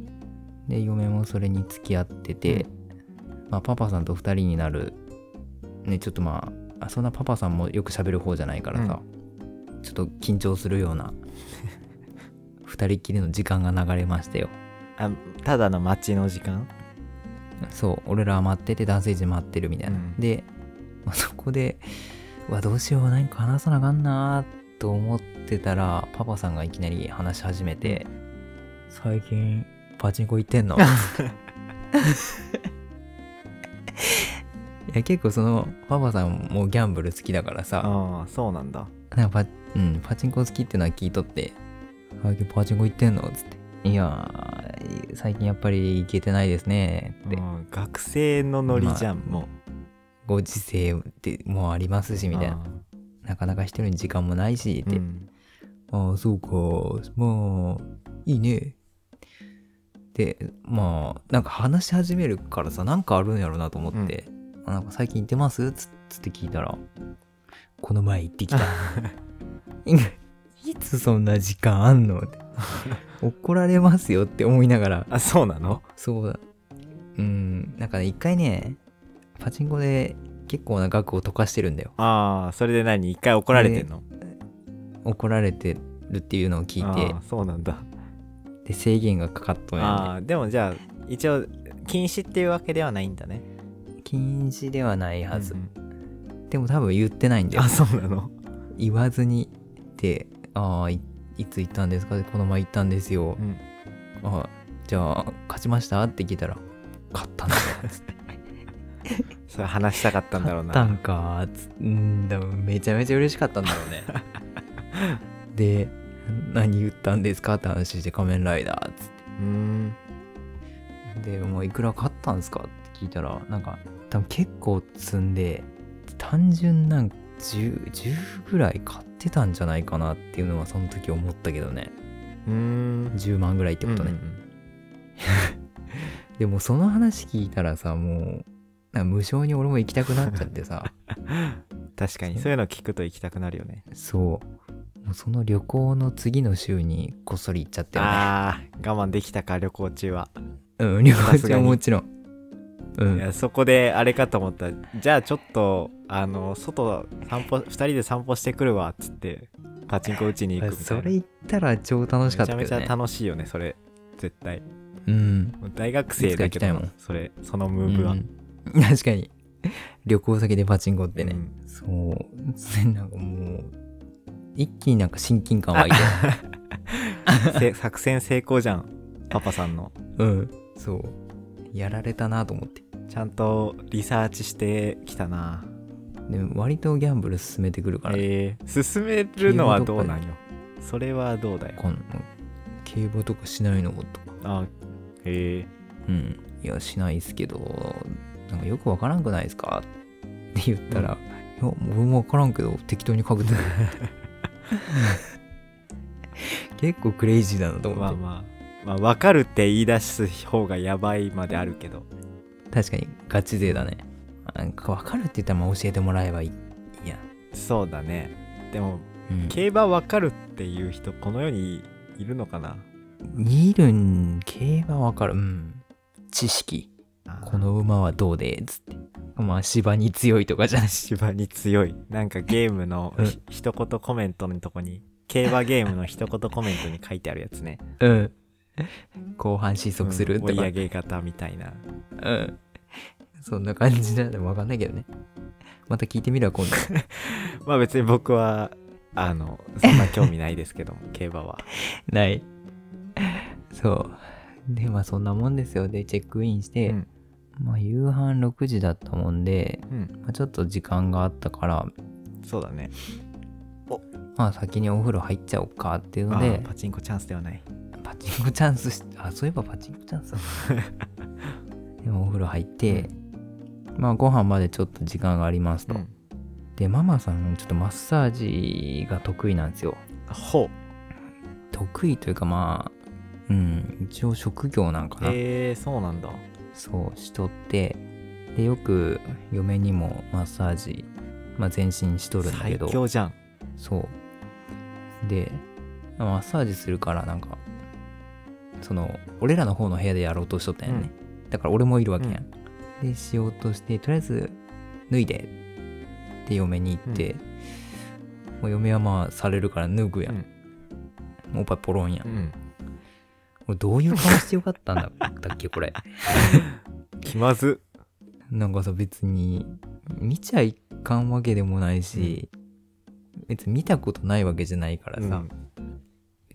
A: で嫁もそれに付き合ってて、まあ、パパさんと2人になるねちょっとまああそんなパパさんもよく喋る方じゃないからさ、ちょっと緊張するような 二人きりの時間が流れましたよ
B: あただの待ちの時間
A: そう俺らは待ってて男性陣待ってるみたいな、
B: うん
A: で、まあそこでうわどうしよう何か話さなあかんなーと思ってたらパパさんがいきなり話し始めて「最近パチンコ行 ってんの? 」いや結構そのパパさんもギャンブル好きだからさ
B: ああそうなんだ
A: なんかパ,、うん、パチンコ好きっていうのは聞いとって「最近パチンコ行ってんの?」っつって「いやー最近やっぱり行けてないですね」って
B: うん学生のノリじゃん、も
A: ご時世ってもうありますし
B: う
A: みたいな
B: あ
A: なかなか一人の時間もないし
B: ー
A: で、
B: うん
A: ああそうかまあいいねでまあなんか話し始めるからさなんかあるんやろなと思って、あなんか最近行ってますつつって聞いたらこの前行ってきた いつそんな時間あんのって怒られますよって思いながら
B: あそうなの
A: そうだ。うん、なんかね、一回ね、パチンコで結構な額を溶かしてるんだよ。
B: ああそれで何一回怒られてんの
A: 怒られてるっていうのを聞いて
B: あー、そうなんだ
A: で、制限がかかっとん
B: あ
A: や
B: あでもじゃあ一応禁止っていうわけではないんだね
A: ね。禁止ではないはず
B: う。んうん
A: でも多分言ってないんだよ
B: あ。そうなの
A: 言わずに、で、ああ、いいつ行ったんですかこの前行ったんですよ。
B: うん
A: あじゃあ、勝ちましたって聞いたら、勝ったんだよ。つって
B: それ話したかったんだろう
A: 勝
B: な
A: ったんか つうんだめちゃめちゃ嬉しかったんだろうねで何言ったんですかって話して仮面ライダーっつっ
B: うん
A: てでもういくら買ったんですかって聞いたらなんか多分結構積んで単純なんか 10, 10ぐらい買ってたんじゃないかなっていうのはその時思ったけどね
B: うんっ
A: 10万ぐらいってことね、でもその話聞いたらさもうなんか無償に俺も行きたくなっちゃって さ
B: 確かにそういうの聞くと行きたくなるよね
A: そうもうその旅行の次の週にこっそり行っちゃったよね
B: あー我慢できたか旅行中は、
A: うん旅
B: さ
A: 行
B: す
A: 中
B: が
A: は
B: に
A: もちろんう
B: いや
A: ん
B: そこであれかと思ったじゃあちょっとあの外散歩2人で散歩してくるわっつってパチンコ打ちに行くみたいな
A: それ行ったら超楽しかったけ
B: めち
A: ど
B: ゃ
A: ね
B: めちゃ楽しいよねそれ絶対
A: うん
B: もう大学生だ
A: いつ
B: けど
A: か行きたいもん
B: それそのムーブは、
A: うん確かに 旅行先でパチンコってね、
B: うん
A: そうなんかもう一気になんか親近感湧 いて
B: せ 作戦成功じゃんパパさんの
A: うんそうやられたなと思って
B: ちゃんとリサーチしてきたな
A: で割とギャンブル進めてくるから、
B: えー、進めるのはどうなんよそれはどうだよ
A: この競馬とかしないのとか
B: あえ
A: うんいやしないっすけどなんかよくわからんくないですかって言ったら、いや俺もわからんけど適当にかぶ ってる結構クレイジーだなと
B: ー、
A: 思って、
B: まあまあまあ分かるって言い出す方がやばいまであるけど
A: 確かにガチ勢だねなんか分かるって言ったらまあ教えてもらえばいいいいや
B: そうだねでも
A: うん
B: 競馬分かるっていう人この世にいるのかな
A: 見るん競馬分かるうん知識
B: あー
A: この馬はどうでつってまあ芝に強いとかじゃないし
B: 芝に強いなんかゲームの
A: うん
B: ひ一言コメントのとこに競馬ゲームの一言コメントに書いてあるやつね
A: うん後半失速する
B: うん
A: と
B: 追い
A: か
B: 上げ方みたいな
A: うんそんな感じなんで分かんないけどねまた聞いてみるわ 今度
B: まあ別に僕はあ のそんな興味ないですけども 競馬は
A: ないそうでまあそんなもんですよでチェックインして、
B: うん
A: まあ夕飯6時だったもんで
B: うん
A: まあちょっと時間があったから、
B: そうだね
A: まあ先にお風呂入っちゃおうかっていう
B: あ
A: ので
B: ー、パチンコチャンスではない
A: パチンコチャンスし、あ、そういえばパチンコチャンスだ なでもお風呂入って、まあご飯までちょっと時間がありますと。
B: うん
A: で、ママさん、ちょっとマッサージが得意なんですよ。
B: ほ
A: 得意というかまあ、うん、一応職業なんか
B: う
A: な。
B: えー、そうなんだ
A: そうしとって、で、よく嫁にもマッサージ、まあ全身しとるんだけ
B: 最
A: ど。
B: 強じゃん
A: そう。で、マッサージするから、なんか、その、俺らの方の部屋でやろうとしとったんやね。だから俺もいるわけやん。で、しようとして、とりあえず、脱いで、って嫁に行って、もう嫁はまあ、されるから脱ぐやん。
B: うん
A: もうおっぱいポロンやん。
B: うん
A: 俺どういう顔してよかったんだだっけ、これ。
B: 気まず
A: なんかさ、別に、見ちゃいかんわけでもないし、別に見たことないわけじゃないからさ、
B: うん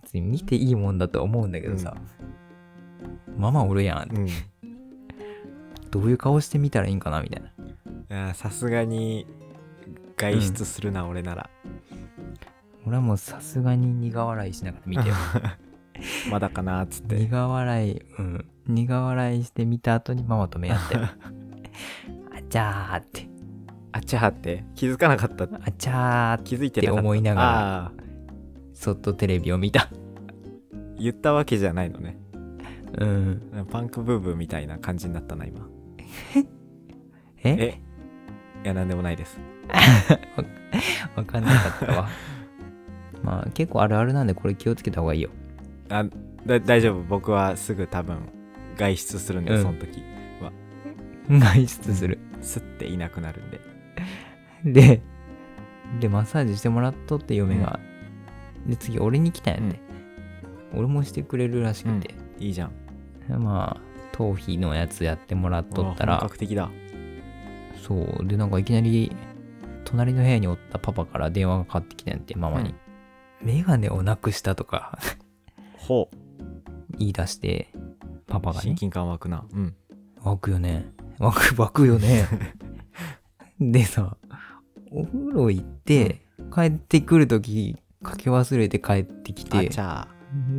A: 別に見ていいもんだとは思うんだけどさ、ママおるやん、
B: うん
A: どういう顔してみたらいいんかなみたいな
B: あーさすがに外出するな、俺なら
A: 俺はもうさすがに苦笑いしながら見て よ
B: まだかなーっつって
A: 苦笑いうん苦笑いして見た後にママと目合 ってあちゃーって
B: あちゃーって気づかなかった
A: あちゃーって
B: 気づいてなかった
A: って思いながら
B: ああ
A: そっとテレビを見た
B: 言ったわけじゃないのね
A: うん
B: パンクブーブーみたいな感じになったな今
A: え
B: えいやなんでもないです
A: わかんなかった わまあ結構あるあるなんでこれ気をつけた方がいいよ
B: あだ大丈夫僕はすぐ多分外出するんで、
A: うん
B: その時
A: 外出する
B: すっていなくなるんで
A: で、で、マッサージしてもらっとって嫁が。で、次、俺に来たんやって。俺もしてくれるらしくて。
B: いいじゃん
A: まあ、頭皮のやつやってもらっとった
B: うわ本
A: ら、
B: 格的だ
A: そう。で、なんかいきなり、隣の部屋におったパパから電話がかかってきたんやって、ママに。メガネをなくしたとか
B: ほう
A: 言い出して、パパが
B: 親
A: ね。
B: 近感湧くなうん
A: 湧くよね。湧く、湧くよ ね。でさ、お風呂行って、帰ってくるとき、かけ忘れて帰ってき
B: あ
A: て
B: ちゃ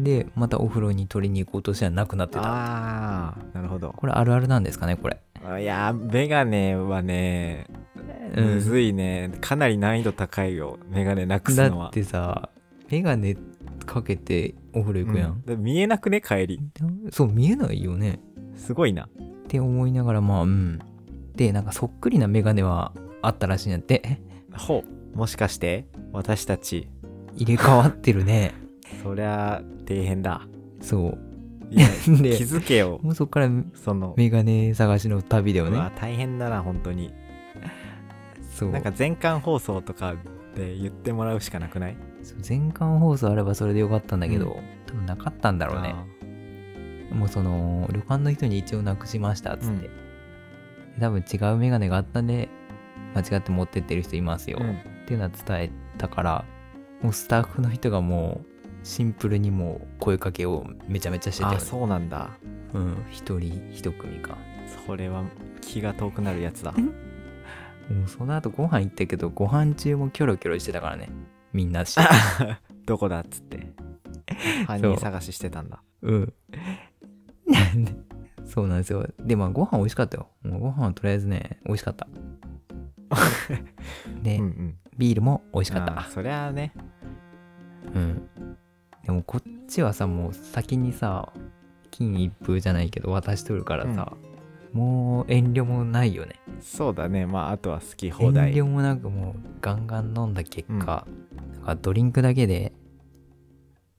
A: でまたお風呂に取りに行こうとしたらなくなってた
B: ああーなるほど
A: これあるあるなんですかねこれ
B: いやーメガネはね
A: うん
B: むずいね、かなり難易度高いよメガネなくす
A: だ
B: の
A: っ
B: は
A: てさ眼鏡かけてお風呂行くや
B: うん
A: ん、
B: だ見えなくね帰り
A: そう見えないよね
B: すごいな
A: って思いながらまあうんでなんかそっくりな眼鏡はあったらしいんやって
B: ほうもしかして私たち
A: 入れ替わってる ね
B: そりゃ底辺 だ
A: そう
B: いや
A: で
B: 気づけ よ
A: もうそっから
B: その
A: 眼鏡探しの旅だよ
B: うわ
A: ね
B: 大変だな本当に
A: そう
B: なんか全館放送とかで言ってもらうしかなくない
A: そう全館放送あればそれでよかったんだけど、
B: う
A: 多分なかったんだ
B: だ
A: ろうねもうその旅館の人に一応なくしましたっつって、多分違う眼鏡があったんで間違って持ってってる人いますよ、っていうのは伝えたからもうスタッフの人がもうシンプルにもう声かけをめちゃめちゃしてたよ
B: あ
A: ね
B: そうなんだ
A: うん一人一組か
B: それは気が遠くなるやつだ
A: もうその後ご飯行ったけどご飯中もキョロキョロしてたからねみんなして
B: どこだっつって 犯人探ししてたんだ
A: うん なんでそうなんですよでまあご飯美味しかったよもうご飯はとりあえずね美味しかった で、
B: うんうん
A: ビールも美味しかっ
B: あ
A: た
B: ーそりゃあね
A: うんでもこっちはさもう先にさ金一封じゃないけど渡しとるからさ、もう遠慮もないよね
B: そうだねまああとは好き
A: 遠
B: 放題
A: 慮もなくもうガンガン飲んだ結果、なんかドリンクだけで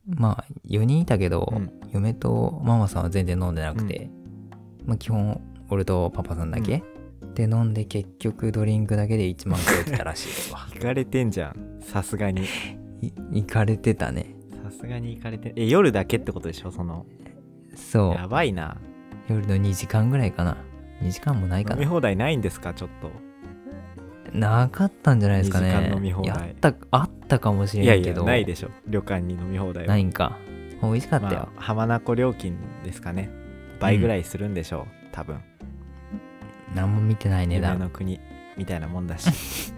A: まあ4人いたけど、
B: うん
A: 嫁とママさんは全然飲んでなくて、まあ基本俺とパパさんだけ、で飲んで結局ドリンクだけで1万超えてたらしい ですわ
B: 行かれてんじゃんさすが に
A: い行かれてたね
B: さすがに行かれてえ夜だけってことでしょその
A: そう
B: やばいな
A: 夜の2時間ぐらいかな2時間もないか
B: 飲み
A: な
B: 放題ないんですかちょっと
A: なかったんじゃないですかね
B: 二時間飲み放題
A: やったあったかもしれ
B: いや
A: ない
B: い
A: け
B: や
A: ど
B: ないでしょ旅館に飲み放題は
A: ないんか美味しかったよ、
B: まあ、浜名湖料金ですかね倍ぐらいするんでしょう、多分
A: 何も見てない値
B: 夢
A: 段
B: の国みたいなもんだ し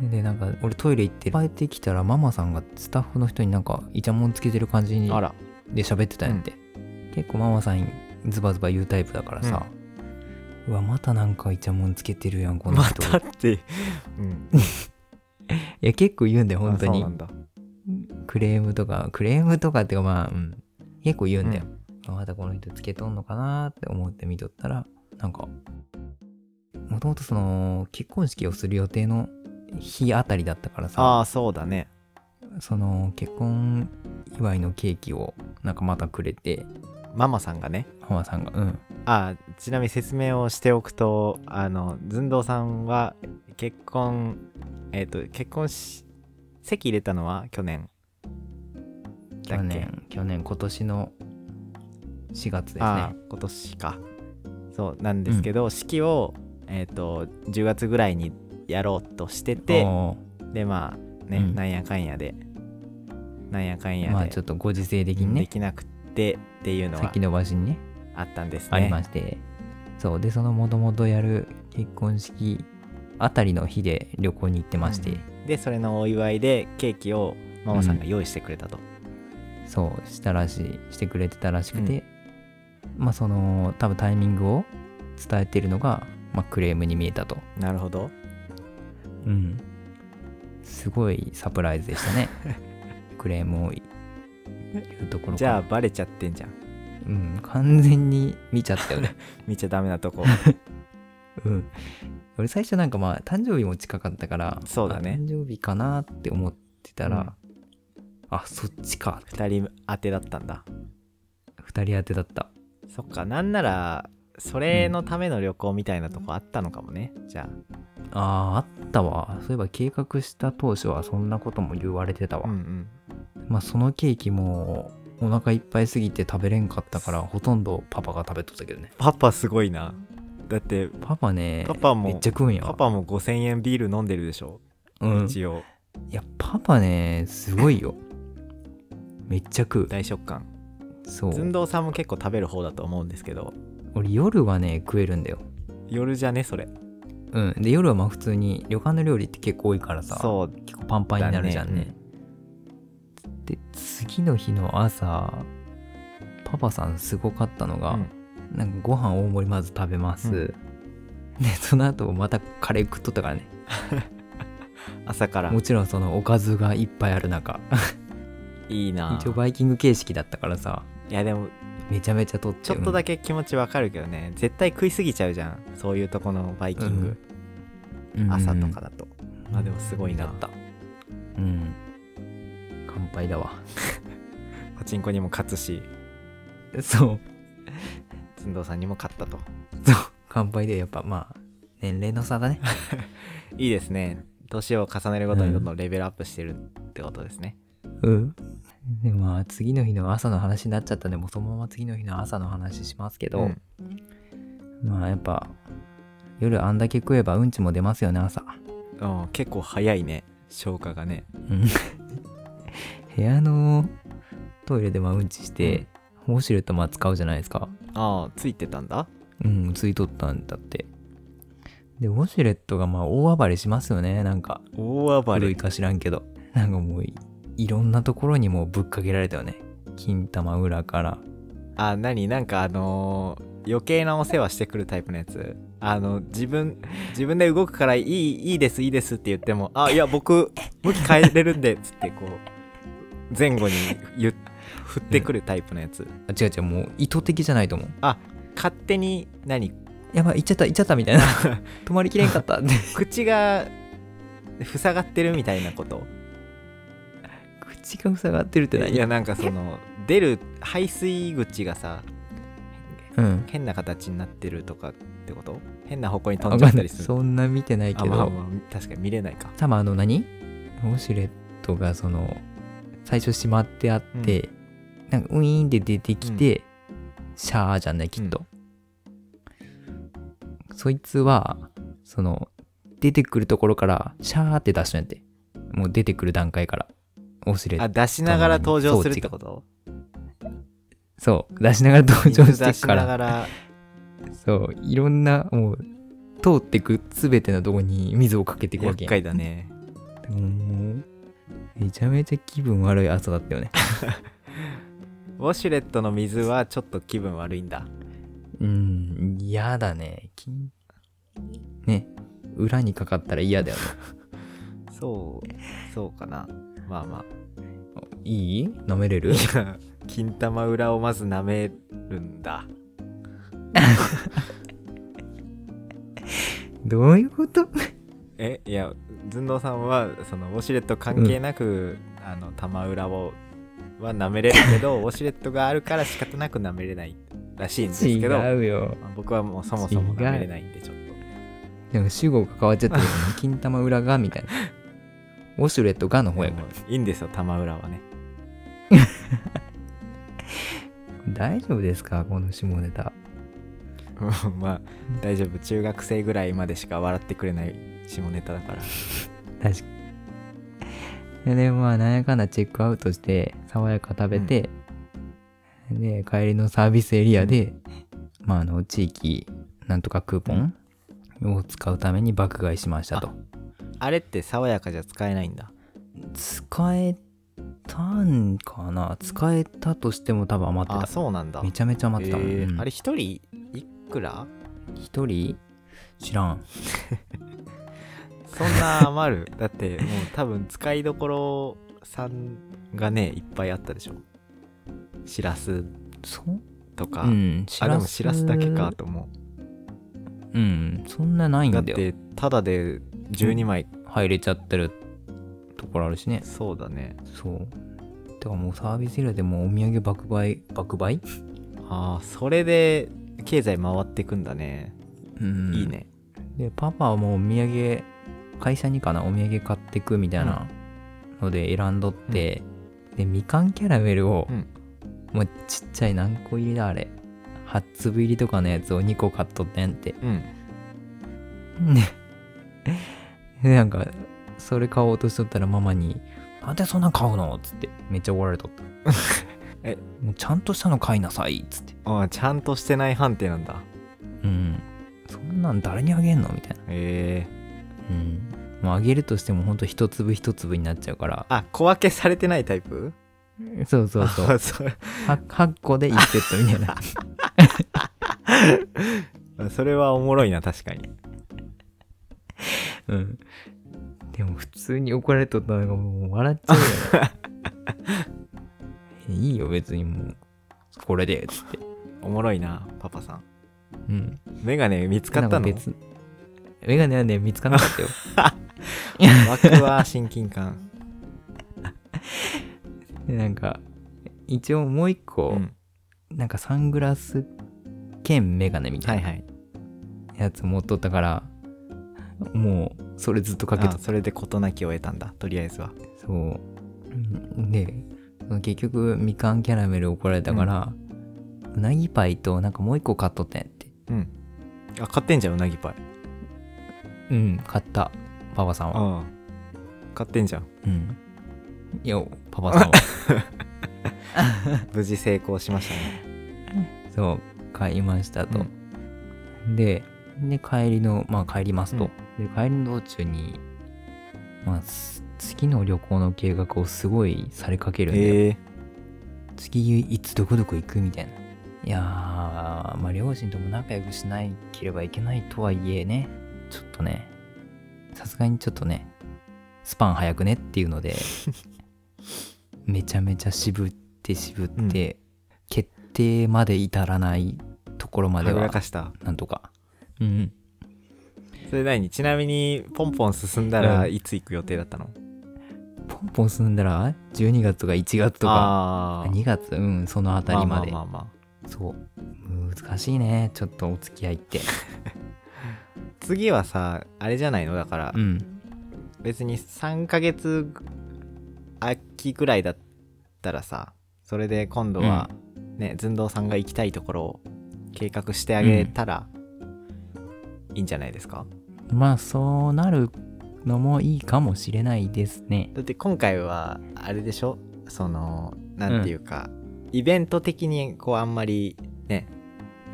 A: でなんか俺トイレ行って帰ってきたらママさんがスタッフの人になんかいちゃもんつけてる感じに
B: あら
A: で喋ってたんやって、結構ママさんズバズバ言うタイプだからさ、うわまたなんかいちゃもんつけてるやんこの
B: ま
A: 人、
B: たって、うん、
A: いや結構言うんだよ本当
B: あそう
A: に
B: なんだ
A: クレームとかクレームとかっていうかまあ、うん、結構言うんだよ、あまたこの人つけとんのかなーって思って見とったらなんかもともとその結婚式をする予定の日あたりだったからさ
B: ああそうだね
A: その結婚祝いのケーキをなんかまたくれて
B: ママさんがね
A: ママさんがうん
B: あーちなみに説明をしておくとあの寸胴さんは結婚えっ、と結婚し籍入れたのは去年だ
A: 去
B: っけ
A: 年去年今年の4月です
B: あ
A: ね
B: ー今年かそうなんですけど、式をえっ、と10月ぐらいにやろうとしてて
A: お
B: でまあね、
A: うん
B: なんやかんやでなんやかん
A: ー
B: や
A: まあ
B: で
A: ちょっとご時世的に
B: で
A: ね
B: きなくてっていうのは
A: 先延ばしにね
B: あったんですね。
A: ありまして、そうでそのもともとやる結婚式あたりの日で旅行に行ってまして、
B: でそれのお祝いでケーキをママさんが用意してくれたと。
A: そうしたらしいしてくれてたらしくて、まあその多分タイミングを伝えてるのが、まあ、クレームに見えたと
B: なるほど。
A: うんすごいサプライズでした ねクレームを言うところから
B: じゃあバレちゃってんじゃん。
A: うん完全に見ちゃったよ ね
B: 見ちゃダメな とこ。
A: うん俺最初なんかまあ誕生日も近かったから
B: そうだね
A: あ誕生日かなって思ってたら、あそっちかって
B: 2人当てだったんだ。
A: 2人当てだった
B: そっかなんならそれのための旅行みたいなとこあったのかもね。じゃ
A: あーあったわそういえば計画した当初はそんなことも言われてた
B: あ。
A: わ、
B: うんうん。
A: まあそのケーキもお腹いっぱいすぎて食べれんかったからほとんどパパが食べとったけどね
B: パパすごいな。だって
A: パパね
B: パパも
A: めっちゃ食うんや
B: パパも5000円ビール飲んでるでしょ。
A: うんい
B: 一応
A: やパパねすごいよめっちゃ食う
B: 大食感。
A: そ
B: 寸
A: う
B: 胴さんも結構食べる方だと思うんですけど
A: 俺夜はね食えるんだよ
B: 夜じゃねそれ。
A: うんで夜はまあ普通に旅館の料理って結構多いからさ
B: そう
A: 結構パンパンになるじゃんね次の日の朝パパさんすごかったのが、
B: うん
A: なんかご飯大盛りまず食べます、
B: う
A: でその後またカレー食っとったからね
B: 朝から
A: もちろんそのおかずがいっぱいある中
B: いいな
A: 一応バイキング形式だったからさ
B: いやでも
A: めちゃめちゃ取って
B: ちょっとだ
A: け
B: け気持ちわかるけどね絶対食いすぎちゃうじゃんそういうとこのバイキング、朝とかだと、あでもすごいな
A: だったうん乾杯だわ
B: パチンコにも勝つし
A: そう
B: 寸胴さんにも勝ったと
A: 乾杯でやっぱまあ年齢の差だね
B: いいですね年を重ねるごとにどんどんレベルアップしてるってことですね、
A: うんでまあ次の日の朝の話になっちゃったんでもうそのまま次の日の朝の話しますけど、
B: うん
A: まあやっぱ夜あんだけ食えばうんちも出ますよね朝
B: うん結構早いね消化がね
A: うん部屋のトイレでまあうんちして、ウォシュレットまあ使うじゃないですか
B: ああついてたんだ
A: うんついとったんだってでウォシュレットがまあ大暴れしますよねなんか
B: 大暴
A: 古
B: れ
A: いか知らんけどなんかもういいろんなところにもうぶっかけられたよね金玉裏から
B: あ何なんかあのー余計なお世話してくるタイプのやつあの自分自分で動くからいいいいですいいですって言ってもあいや僕向き変えれるんでっつってこう前後にゆ振ってくるタイプのやつ、
A: あ違う違うもう意図的じゃないと思う
B: 勝手に何
A: やばい行っちゃった行っちゃったみたいな 止まりきれんか ったって
B: 口が塞がってるみたいなこと
A: 口が塞がってるって何
B: いやなんかその出る排水口がさ
A: うん
B: 変な形になってるとかってこと変な方向に飛んじゃったりする
A: そんな見てない
B: あ
A: けど
B: まあまあ確かに見れないか
A: 多分あの何ウォシュレットがその最初閉まってあって、なんかウィーンって出てきて、シャーじゃないきっと、そいつはその出てくるところからシャーって出しとんやってもう出てくる段階からウォシュレッ
B: あ
A: ト
B: 出しながら登場するってこと
A: そう出しながら登場して
B: 出
A: く
B: し
A: か
B: な
A: ら
B: がら
A: そういろんなもう通ってく全てのとこに水をかけていくわけ
B: 厄
A: やん
B: 介だね
A: でももうめちゃめちゃ気分悪い朝だったよね
B: ウォシュレットの水はちょっと気分悪いんだ
A: うん、嫌だね。金ね、裏にかかったら嫌だよね。
B: そうそうかなまあ ま
A: いい舐めれる
B: あ金玉裏をまず舐めるんだ
A: どういうこと
B: えいや寸胴さんはそのウォシュレット関係なく、あの玉裏をは舐めれる けどウォシュレットがあるから仕方なく舐めれないらしいんです
A: 違
B: けど、
A: うよ。
B: まあ僕はもうそもそも舐めれないんでちょっ
A: でも主語が変わっちゃってるよね。 金玉裏がみたいな。ウォシュレットがの
B: と
A: 方やから。
B: いいんですよ玉裏はね
A: 大丈夫ですかこの下ネタ。
B: うん まあ大丈夫中学生ぐらいまでしか笑ってくれない下ネタだから
A: 確かに。で、まあ、なんやかんだチェックアウトして、爽やか食べて、で、帰りのサービスエリアで、まあ、あの、地域なんとかクーポンを使うために爆買いしましたと。
B: あれって爽やかじゃ使えないんだ
A: 使えたんかな使えたとしても多分余って
B: あ
A: た。
B: そうなんだ
A: めちゃめちゃ余ってたもん。
B: え
A: う
B: ー
A: ん
B: あれ一人いくら
A: 一人知らん。
B: そんな余る だってもう多分使いどころさんがねいっぱいあったでしょしらす
A: そう
B: とか、
A: うん、し
B: あでもしらすだけか。と思
A: うん、そんなないう
B: だ
A: ん
B: っ
A: だよ。
B: てただで12枚、
A: 入れちゃってるところあるしね。
B: そうだね
A: そう。てかもうサービスエリアでもうお土産爆買い、爆買い
B: ああそれで経済回ってくんだね、
A: うん
B: いい。ね
A: で、パパはもうお土産、会社にかな、お土産買ってくみたいなので選んどって、で、みかんキャラメルを、
B: うん
A: もうちっちゃい何個入りだあれ。8粒入りとかのやつを2個買っとってんって。
B: うん。
A: ね。で、なんか、それ買おうとしとったらママに、なんでそんなん買うのっつって、めっちゃ怒られとった
B: え
A: もうちゃんとしたの買いなさいっつって。
B: ああちゃんとしてない判定なんだ
A: うん。そんなん誰にあげんのみたいな。
B: ええ
A: うん。もうあげるとしてもほんと一粒一粒になっちゃうから。
B: あ小分けされてないタイプ
A: そうそうそう
B: そう
A: は8個で1セットみたいな
B: それはおもろいな確かに
A: うんでも普通に怒られとったのがもう笑っちゃうよねいいよ別にもうこれでつって
B: おもろいなパパさん
A: うん
B: メガネ見つかった
A: なん
B: の
A: か別メガネはね見つからなか ったよ
B: ワクワ親近 感
A: でなんか一応もう一個、
B: うん
A: なんかサングラス兼メガネみた
B: はい
A: い
B: はい
A: なやつ持っとったから、もうそれずっとかけと
B: あそれで事なきを得たんだとりあえずは
A: そううんで結局みかんキャラメル怒られたから、うなぎパイとなんかもう一個買っとったんやって
B: うんあ買ってんじゃんうなぎパイ
A: うん買ったパパさんは
B: うん買ってんじゃん
A: うんいやパパさ んは
B: 無事成功しましたね
A: そう買いましたと、でで帰りのまあ帰りますと、で帰りの道中にまあす次の旅行の計画をすごいされかけるんだよ、
B: ええ
A: 次いつどこどこ行くみたいな。いやー、まあ両親とも仲良くしなければいけないとはいえね、ちょっとね、さすがにちょっとね、スパン早くねっていうの で、めちゃめちゃ渋って渋って、決定まで至らないところまで
B: はぐら
A: は、
B: かした
A: なんとか。うん。
B: それ何ちなみにポンポン進んだら
A: うん
B: いつ行く予定だったの、
A: ポンポン進んだら、12月とか1月とか、
B: あー
A: 2月、うん、そのあたりまで。
B: まあまあまあまあ
A: そう。難しいね、ちょっとお付き合い って。
B: 次はさあれじゃないのだから、
A: うん。
B: 別に3ヶ月秋ぐらいだったらさそれで今度はね、寸胴さんが行きたいところを計画してあげたら、いいんじゃないですか
A: まあそうなるのもいいかもしれないですね。
B: だって今回はあれでしょそのなんていうか、イベント的にこうあんまりね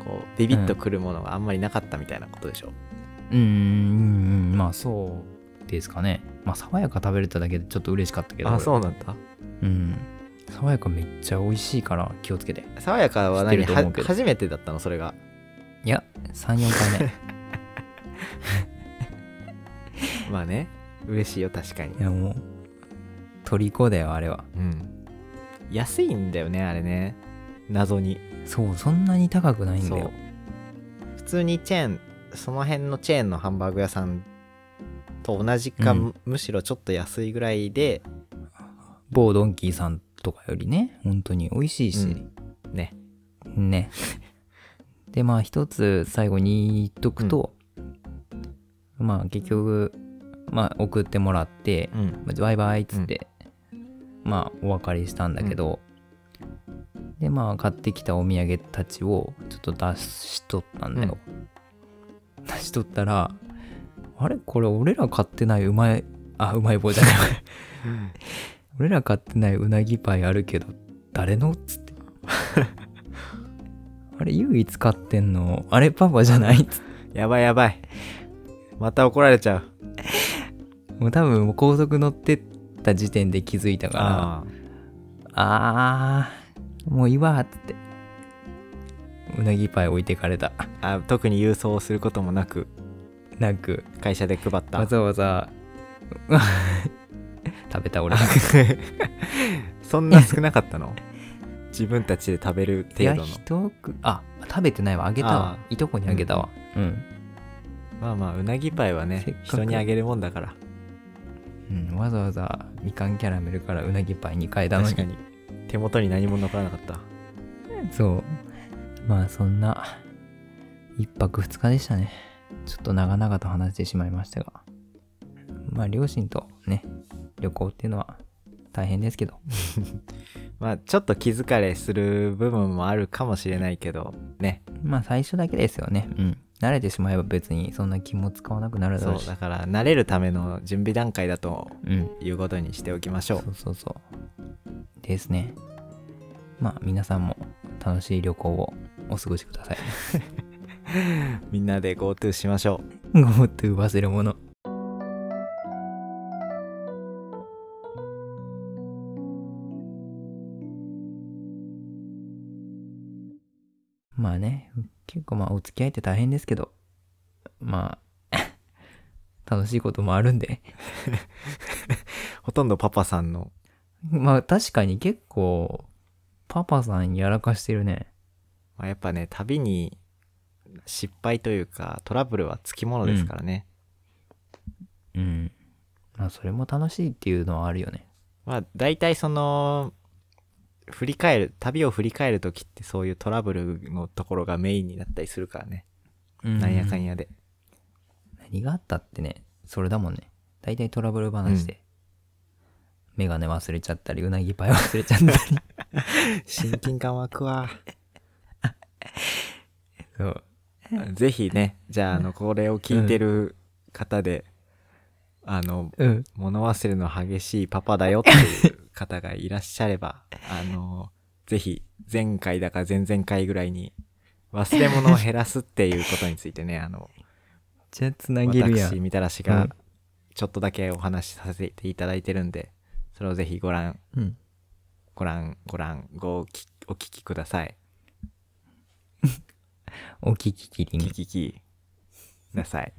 B: こうビビッとくるものがあんまりなかったみたいなことでしょ、
A: うーん、まあそうですかね。まあ爽やか食べれただけでちょっと嬉しかったけど。。
B: あそううなんだ
A: うん。爽やかめっちゃ美味しいから気をつけて。
B: 爽やかは何
A: 知ってると思うけ
B: は
A: ど
B: 初めてだったのそれが
A: いや、3、4回目。い
B: まあね嬉しいよ 確かに
A: やもう、虜だよ、あれは。
B: うん安いんだよねあれね謎に
A: そう、そんなに高くないんだ
B: そう
A: よ。
B: 普通にチェーンその辺のチェーンのハンバーグ屋さんと同じか、
A: うん
B: むしろちょっと安いぐらいで
A: 某ドンキーさんとかよりね、本当に美味しいし。
B: ね
A: ね。 で、まあ一つ最後に言っとくと、まあ結局、まあ送ってもらって、
B: うん
A: バイバイっつって、まあお別れしたんだけど、で、まあ買ってきたお土産たちをちょっと出しとったんだよ。出しとったら、あれこれ俺ら買ってないうまい、あ、うまい棒じゃない。俺ら買ってないうなぎパイあるけど誰のっつって あれ唯一買ってんのあれパパじゃないっつって
B: やばいやばいまた怒られちゃう
A: もう多分高速乗ってった時点で気づいたからあ
B: あー
A: あーもういいわっつってうなぎパイ置いてかれた
B: あ特に郵送することもなく
A: なく
B: 会社で配った、
A: わざわざ 食べた俺
B: そんな少なかったの自分たちで食べる
A: い
B: 程
A: や
B: 度の
A: 一口あ食べてないわあげたわ
B: あ
A: いとこにあげたわうん
B: まあまあうなぎパイは
A: せっ
B: ね
A: かく
B: 人にあげるもんだから
A: うん、わざわざみかんキャラメルからうなぎパイに変えたのに
B: 確かに手元に何も残らなかった
A: そうまあそんな一泊二日でしたねちょっと長々と話してしまいましたがまあ両親とね旅行っていうのは大変ですけど
B: まあちょっと気疲れする部分もあるかもしれないけどね
A: まあ最初だけですよねうん慣れてしまえば別にそんな気も使わなくなるだ
B: そ
A: ろう
B: う
A: し
B: だから慣れるための準備段階だと
A: うん
B: いうことにしておきま しょ
A: そうそうそうですねまあ皆さんも楽しい旅行をお過ごしください
B: うみんなで GoTo しましょ
A: GoTo 忘れ物まあね、結構まあお付き合いって大変ですけど、まあ、 楽しいこともあるんで。
B: ほとんどパパさんの
A: まあ確かに結構、パパさんやらかしてるね。
B: まあ、やっぱね旅に失敗というかトラブルはつきものですからね、
A: うん。まあそれも楽しいっていうのはあるよね。
B: まあ大体その振り返る旅を振り返る時ってそういうトラブルのところがメインになったりするからね、なんやかんやで
A: 何があったってね、それだもんね。大体トラブル話で。メガネ忘れちゃったり、うなぎパイ忘れちゃ ったり。
B: 親近感湧くわ
A: そう。
B: ぜひねじゃああのこれを聞いてる方で、あの
A: うん。
B: 物忘れの激しいパパだよっていう方がいらっしゃ れば、あの、ぜひ、前回だか前々回ぐらいに、忘れ物を減らすっていうことについてね、あの、
A: じゃあつなげるや
B: 私、
A: ん。
B: みたらし
A: う
B: が
A: ん、
B: ちょっとだけお話しさせていただいてるんで、それをぜひご覧、
A: うん。
B: ご覧、ご覧、ごきお聞きください。
A: おきききり
B: 聞
A: に。
B: ききください。